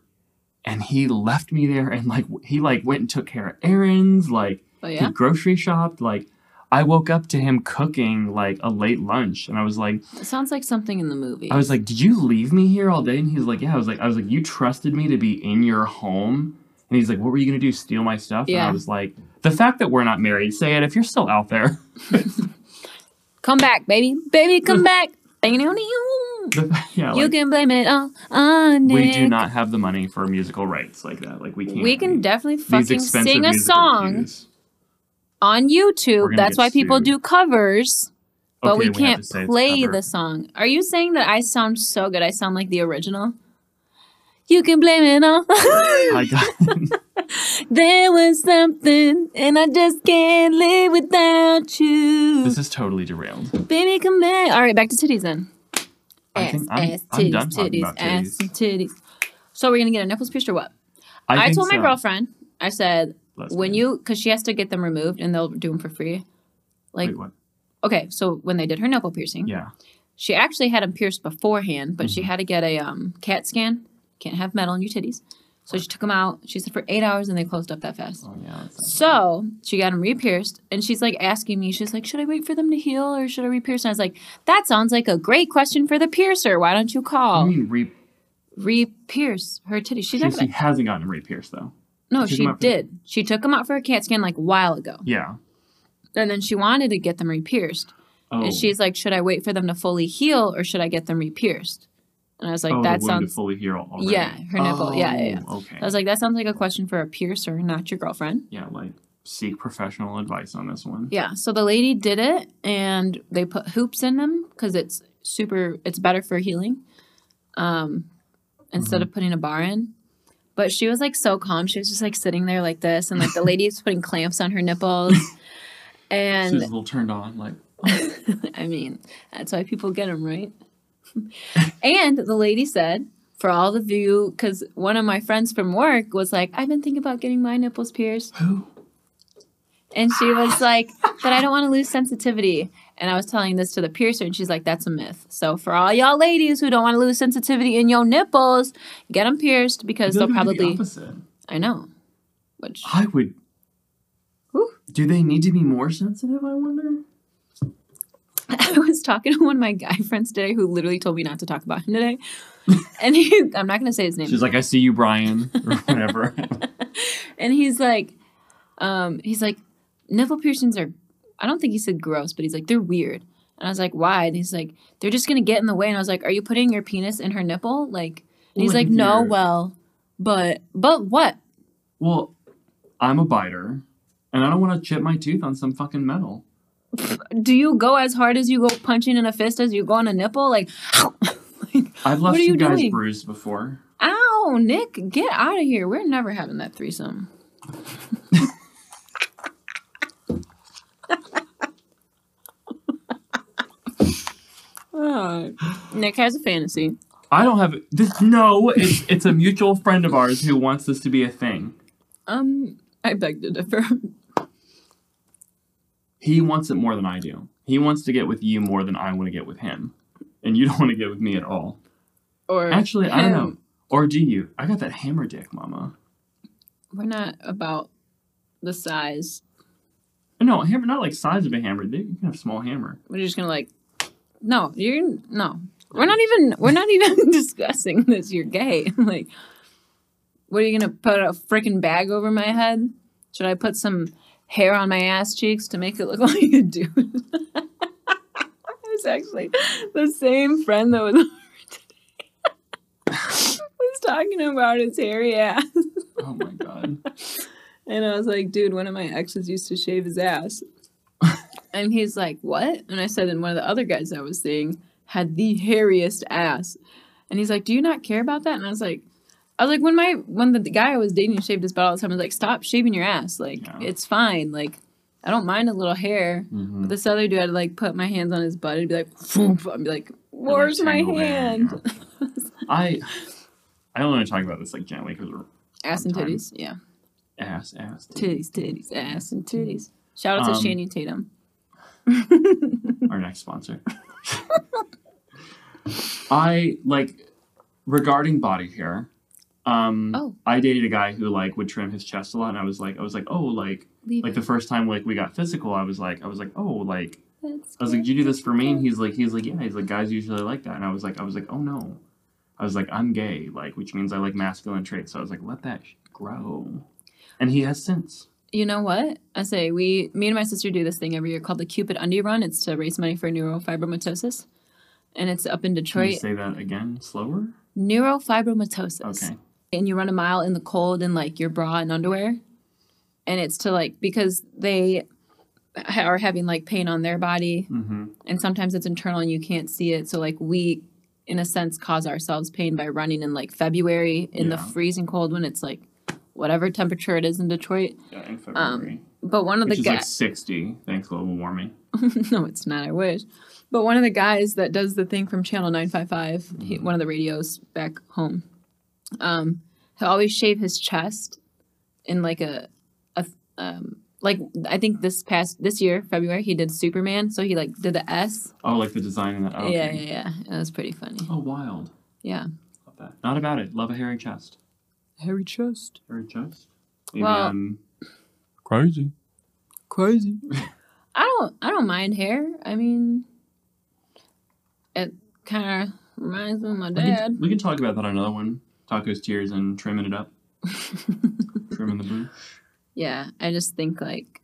Speaker 2: And he left me there and like w- he like went and took care of errands, like
Speaker 1: Oh
Speaker 2: he
Speaker 1: yeah.
Speaker 2: grocery shopped, like I woke up to him cooking like a late lunch and I was like
Speaker 1: It sounds like something in the movie.
Speaker 2: I was like, "Did you leave me here all day?" And he's like, "Yeah." I was like I was like, "You trusted me to be in your home?" And he's like, "What were you going to do? Steal my stuff?" And
Speaker 1: Yeah.
Speaker 2: I was like, "The fact that we're not married, say it if you're still out there." *laughs*
Speaker 1: come back, baby. Baby,
Speaker 2: *laughs*
Speaker 1: come back. You
Speaker 2: The- yeah, like,
Speaker 1: can blame it all on
Speaker 2: we do
Speaker 1: Nick.
Speaker 2: not have the money for musical rights like that. Like we can't.
Speaker 1: We can definitely
Speaker 2: these
Speaker 1: fucking
Speaker 2: expensive
Speaker 1: sing a
Speaker 2: musical
Speaker 1: song
Speaker 2: cues.
Speaker 1: on
Speaker 2: We're
Speaker 1: YouTube.
Speaker 2: gonna
Speaker 1: That's
Speaker 2: get
Speaker 1: why people
Speaker 2: sued.
Speaker 1: do covers, but
Speaker 2: Okay,
Speaker 1: we
Speaker 2: have to
Speaker 1: can't
Speaker 2: say it's
Speaker 1: play
Speaker 2: cover.
Speaker 1: the song. Are you saying that I sound so good? I sound like the original? You can blame it on.
Speaker 2: I got
Speaker 1: *laughs* there was something, and I just can't live without you.
Speaker 2: this is totally derailed.
Speaker 1: Baby, come back. All right, back to titties then.
Speaker 2: I think I'm- I'm done talking about
Speaker 1: ass,
Speaker 2: titties.
Speaker 1: and titties. So we're gonna get our nipples pierced or what? I,
Speaker 2: think
Speaker 1: told my
Speaker 2: so.
Speaker 1: girlfriend. I said
Speaker 2: Let's
Speaker 1: when
Speaker 2: go.
Speaker 1: you, because she has to get them removed, and they'll do them for free. Like
Speaker 2: Wait, what?
Speaker 1: okay, so when they did her nipple piercing,
Speaker 2: Yeah. Mm-hmm.
Speaker 1: she actually had them pierced beforehand, but she had to get a um, CAT scan. Can't have metal in your titties, so she took them out. She said for eight hours, and they closed up that fast.
Speaker 2: Oh yeah. that's-
Speaker 1: So she got them re-pierced, and she's like asking me, she's like, "Should I wait for them to heal or should I re-pierce?" And I was like, "That sounds like a great question for the piercer. Why don't you
Speaker 2: I
Speaker 1: call
Speaker 2: mean, re-
Speaker 1: re-pierce her titty?" She's
Speaker 2: Mm-hmm. she,
Speaker 1: not
Speaker 2: she
Speaker 1: gonna.
Speaker 2: hasn't gotten re pierced though.
Speaker 1: No,
Speaker 2: took
Speaker 1: she
Speaker 2: 'em out for-
Speaker 1: did. She took them out for a CAT scan like a while ago,
Speaker 2: Yeah.
Speaker 1: and then she wanted to get them re-pierced,
Speaker 2: Oh.
Speaker 1: and she's like, "Should I wait for them to fully heal or should I get them re-pierced?" And I was like,
Speaker 2: oh,
Speaker 1: "That
Speaker 2: the wound to
Speaker 1: sounds."
Speaker 2: fully heal already.
Speaker 1: Yeah, her nipple. Yeah, yeah, yeah.
Speaker 2: Oh, Okay.
Speaker 1: I was like, "That sounds like a question for a piercer, not your girlfriend."
Speaker 2: yeah, like seek professional advice on this one.
Speaker 1: Yeah, so the lady did it and they put hoops in them because it's super, it's better for healing um,
Speaker 2: Mm-hmm.
Speaker 1: instead of putting a bar in. But she was like so calm. She was just like sitting there like this and like the lady's putting clamps on her nipples.
Speaker 2: *laughs* She's a
Speaker 1: And
Speaker 2: little turned on, like
Speaker 1: *laughs* I mean, that's why people get them, right? *laughs* and the lady said, for all of you, because one of my friends from work was like, I've been thinking about getting my nipples pierced.
Speaker 2: who?
Speaker 1: And she was like, but I don't want to lose sensitivity. And I was telling this to the piercer, and she's like, that's a myth. So for all y'all ladies who don't want to lose sensitivity in your nipples, get them pierced because
Speaker 2: They'll
Speaker 1: they'll
Speaker 2: do the
Speaker 1: probably.
Speaker 2: opposite.
Speaker 1: I know. Which
Speaker 2: I would.
Speaker 1: Ooh.
Speaker 2: Do they need to be more sensitive? I wonder.
Speaker 1: *laughs* I was talking to one of my guy friends today who literally told me not to talk about him today. *laughs* And he, I'm not going to say his name.
Speaker 2: She's like, I see you, Brian, or whatever.
Speaker 1: *laughs* and he's like, um, he's like, nipple piercings are. I don't think he said gross, but he's like they're weird. And I was like, why? And he's like, they're just gonna get in the way. And I was like, are you putting your penis in her nipple? Like, and he's
Speaker 2: Well, *laughs*
Speaker 1: like, no,
Speaker 2: here-
Speaker 1: well, but but what?
Speaker 2: Well, I'm a biter, and I don't want to chip my tooth on some fucking metal.
Speaker 1: Do you go as hard as you go punching in a fist as you go on a nipple? Like, like
Speaker 2: I've left
Speaker 1: are
Speaker 2: you,
Speaker 1: you
Speaker 2: guys
Speaker 1: doing?
Speaker 2: bruised before.
Speaker 1: ow, Nick, get out of here. We're never having that threesome. *laughs* Oh, Nick has a fantasy.
Speaker 2: I don't have this. No, it's it's a mutual friend of ours who wants this to be a thing.
Speaker 1: Um, I beg to differ. *laughs*
Speaker 2: He wants it more than I do. He wants to get with you more than I want to get with him, and you don't want to get with me at all.
Speaker 1: Or
Speaker 2: Actually, I don't know.
Speaker 1: him.
Speaker 2: Or do you? I got that hammer dick, Mama.
Speaker 1: We're not about the size.
Speaker 2: No, hammer, not like size of a hammer dick. You can have small hammer.
Speaker 1: We're just gonna like, no, you're no. We're not even. We're not even *laughs* discussing this. You're gay. *laughs* like, what are you gonna put a freaking bag over my head? Should I put some hair on my ass cheeks to make it look *laughs* like a dude? it was actually the same friend that was *laughs* over today. *laughs* was talking about his hairy ass.
Speaker 2: Oh my god.
Speaker 1: And I was like, dude, one of my exes used to shave his
Speaker 2: *laughs*
Speaker 1: ass. and he's like, what? And I said, and one of the other guys I was seeing had the hairiest ass. And he's like, do you not care about that? And I was like, I was like, when my when the guy I was dating shaved his butt all the time, I was like, stop shaving your ass. Like,
Speaker 2: Yeah.
Speaker 1: it's fine. Like, I don't mind a little hair.
Speaker 2: Mhm.
Speaker 1: But this other dude, I'd like put my hands on his butt and be like, Phoomp. I'd be like, where's my
Speaker 2: tangled in,
Speaker 1: hand?
Speaker 2: *laughs* I I don't want to talk about this like gently because
Speaker 1: Ass and
Speaker 2: Sometime.
Speaker 1: titties. Yeah.
Speaker 2: ass, ass. dick.
Speaker 1: Titties, titties, ass and titties. Shout out
Speaker 2: Um,
Speaker 1: to Shani Tatum.
Speaker 2: Our next sponsor. *laughs* I like regarding body hair. Um,
Speaker 1: Oh.
Speaker 2: I dated a guy who like would trim his chest a lot, and I was like, I was like, oh, like
Speaker 1: Leave
Speaker 2: like
Speaker 1: it.
Speaker 2: the first time like we got physical, I was like, I was like, oh, like
Speaker 1: That's
Speaker 2: I was like, did you do this for me? And he's like, he's like, yeah. He's like, guys usually like that, and I was like, I was like, oh no. I was like, I'm gay, like, which means I like masculine traits. So I was like, let that sh- grow. And he has since.
Speaker 1: You know what? I say we, me and my sister do this thing every year called the Cupid Undie Run. It's to raise money for neurofibromatosis, and it's up in
Speaker 2: Can you
Speaker 1: Detroit.
Speaker 2: say that again, slower?
Speaker 1: Neurofibromatosis,
Speaker 2: Okay.
Speaker 1: and you run a mile in the cold in like your bra and underwear, and it's to like because they ha- are having like pain on their body,
Speaker 2: Mm-hmm.
Speaker 1: and sometimes it's internal and you can't see it. So like we in a sense cause ourselves pain by running in like February in the
Speaker 3: Yeah.
Speaker 1: freezing cold when it's like whatever temperature it is in Detroit.
Speaker 2: Yeah, in February.
Speaker 1: But Um, one of
Speaker 2: which
Speaker 1: the
Speaker 2: is
Speaker 1: guys
Speaker 2: like 60, thanks global warming.
Speaker 1: *laughs* no, it's not. I wish. But one of the guys that does the thing from Channel 955, he,
Speaker 2: Mhm.
Speaker 1: one of the radios back home, um, he'll always shave his chest in like a, a um, like I think this past this year February he did Superman, so he like did the S.
Speaker 2: Oh, like the design in that. Oh, okay.
Speaker 1: Yeah, yeah, yeah. It was pretty funny.
Speaker 2: Oh, wild.
Speaker 1: Yeah,
Speaker 2: Love that. Not about it. Love a hairy chest.
Speaker 1: hairy chest,
Speaker 2: Hairy chest. Maybe um,
Speaker 1: Well-
Speaker 2: I'm
Speaker 3: Crazy.
Speaker 1: crazy. I don't, I don't mind hair. I mean, it kind of reminds me of my
Speaker 2: we, can,
Speaker 1: dad.
Speaker 2: we can talk about that on another one. Tacos, tears, and trimming it up.
Speaker 1: *laughs*
Speaker 2: trimming the bush.
Speaker 1: Yeah, I just think like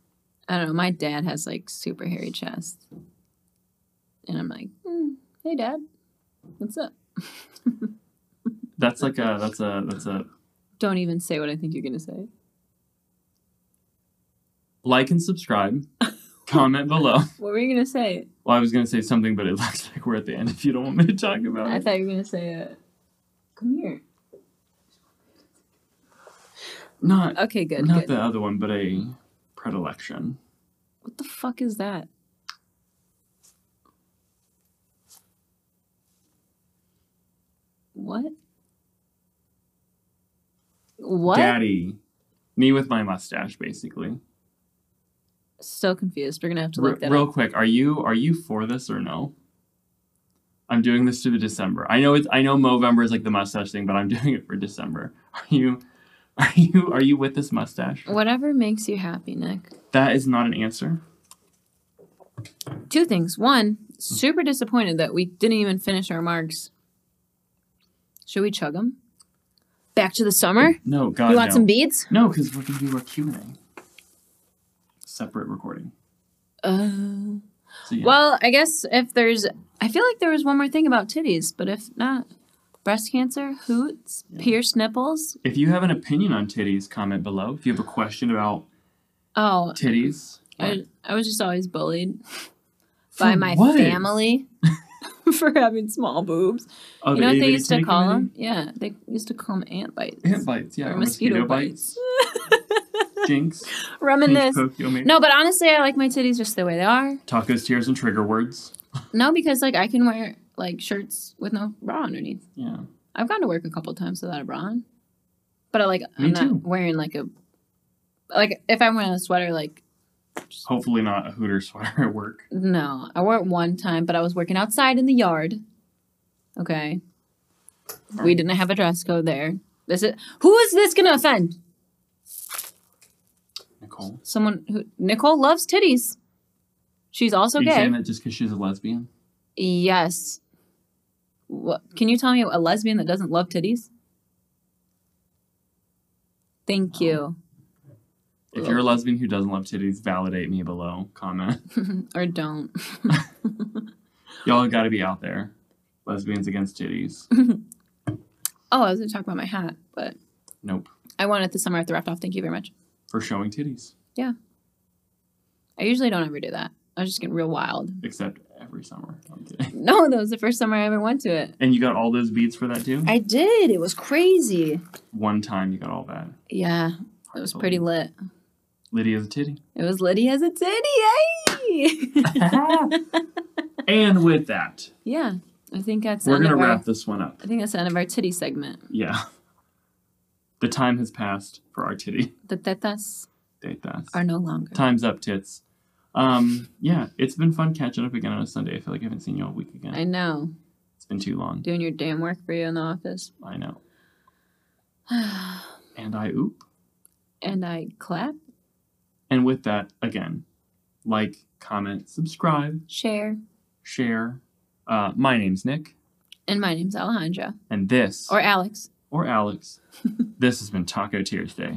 Speaker 1: I don't know. My dad has like super hairy chest, and I'm like, mm, hey, dad, what's up?
Speaker 2: That's like a. That's a. That's a.
Speaker 1: Don't even say what I think you're gonna say.
Speaker 2: Like and subscribe. *laughs* Comment below.
Speaker 1: What were you gonna say?
Speaker 2: Well, I was gonna say something, but it *laughs* looks like we're at the end. If you don't want me to talk about
Speaker 1: I
Speaker 2: it,
Speaker 1: thought you were gonna say uh Come here.
Speaker 2: not
Speaker 1: Okay, good.
Speaker 2: not
Speaker 1: good.
Speaker 2: the other one, but a predilection.
Speaker 1: What the fuck is that? What? What?
Speaker 2: Daddy, me with my mustache, basically.
Speaker 1: So confused. We're gonna have to
Speaker 2: Re-
Speaker 1: look that
Speaker 2: real
Speaker 1: up.
Speaker 2: quick, are you are you for this or no? I'm doing this to the December. I know it's I know Movember is like the mustache thing, but I'm *laughs* doing it for December. Are you are you are you with this mustache?
Speaker 1: Whatever makes you happy, Nick.
Speaker 2: That is not an answer.
Speaker 1: two things. One,
Speaker 2: Hmm.
Speaker 1: super disappointed that we didn't even finish our margs. Should we chug them? Back to the summer.
Speaker 2: No, God.
Speaker 1: You want
Speaker 2: no.
Speaker 1: some beads?
Speaker 2: No, because we're gonna do our Q and A. Separate recording.
Speaker 1: Uh,
Speaker 2: So yeah.
Speaker 1: well, I guess if there's, I feel like there was one more thing about titties, but if not, breast cancer, hoots, pierced nipples.
Speaker 2: If you have an opinion on titties, comment below. If you have a question about
Speaker 1: Oh,
Speaker 2: titties,
Speaker 1: I, I was just always
Speaker 2: *laughs*
Speaker 1: bullied by
Speaker 2: For
Speaker 1: my
Speaker 2: what?
Speaker 1: family *laughs* for having small boobs.
Speaker 2: Oh,
Speaker 1: you know
Speaker 2: the
Speaker 1: what they
Speaker 2: ABT
Speaker 1: used to call
Speaker 2: committee?
Speaker 1: them? Yeah, they used to call them ant bites.
Speaker 2: Ant bites, yeah.
Speaker 1: or mosquito, bites.
Speaker 2: *laughs* Jinx.
Speaker 1: Reminisce.
Speaker 2: Pinch, poke, no.
Speaker 1: No, but honestly, I like my titties just the way they are.
Speaker 2: Tacos, tears, and trigger words.
Speaker 1: No, because like I can wear like shirts with no bra underneath.
Speaker 2: Yeah.
Speaker 1: I've gone to work a couple times without a bra on, but I like I'm
Speaker 2: Me
Speaker 1: not
Speaker 2: too.
Speaker 1: wearing like a like if I'm wearing a sweater like
Speaker 2: Hopefully not a Hooter *laughs* sweater at work.
Speaker 1: no, I wore it one time, but I was working outside in the yard. Okay, we
Speaker 2: Alright.
Speaker 1: didn't have a dress code there. This is who is this gonna offend?
Speaker 2: Nicole.
Speaker 1: Someone who Nicole loves titties. She's also
Speaker 2: Are you
Speaker 1: gay.
Speaker 2: saying that just because she's a lesbian?
Speaker 1: Yes. What can you tell me a lesbian that doesn't love titties? Thank you.
Speaker 2: If you're a lesbian who doesn't love titties, validate me below. Comment. *laughs*
Speaker 1: *laughs* or don't.
Speaker 2: Y'all gotta be out there. Lesbians against titties.
Speaker 1: Oh, I was gonna talk about my hat, but
Speaker 2: Nope.
Speaker 1: I won it this summer at the Wrapped Off. Thank you very much.
Speaker 2: For showing titties.
Speaker 1: I usually don't ever do that. I was just getting real wild. *laughs*
Speaker 2: Except every summer. I'm kidding.
Speaker 1: No, that was the first summer I ever went to it.
Speaker 2: And you got all those beats for that too?
Speaker 1: I did. It was crazy.
Speaker 2: One time you got all that.
Speaker 1: Yeah, it was pretty lit.
Speaker 2: Lydia's a titty.
Speaker 1: It was Liddy as a titty. Yay!
Speaker 2: *laughs*
Speaker 1: *laughs*
Speaker 2: and with that,
Speaker 1: yeah, I think that's the
Speaker 2: we're
Speaker 1: end
Speaker 2: gonna
Speaker 1: of our-
Speaker 2: wrap this one up.
Speaker 1: I think that's the end of our titty segment.
Speaker 2: Yeah. The time has passed for our titty
Speaker 1: The tetas
Speaker 2: date that.
Speaker 1: are no longer.
Speaker 2: Time's up, tits. Um, yeah, it's been fun catching up again on a Sunday. I feel like I haven't seen you all week again.
Speaker 1: I know.
Speaker 2: It's been too long.
Speaker 1: Doing your damn work for you in the office. *sighs*
Speaker 2: I know. And I oop.
Speaker 1: and I clap,
Speaker 2: And with that, again, like, comment, subscribe,
Speaker 1: share.
Speaker 2: share. Uh, my name's Nick,
Speaker 1: And my name's Alejandra.
Speaker 2: and this
Speaker 1: Or Alex.
Speaker 2: or Alex. this has been Taco Tuesday.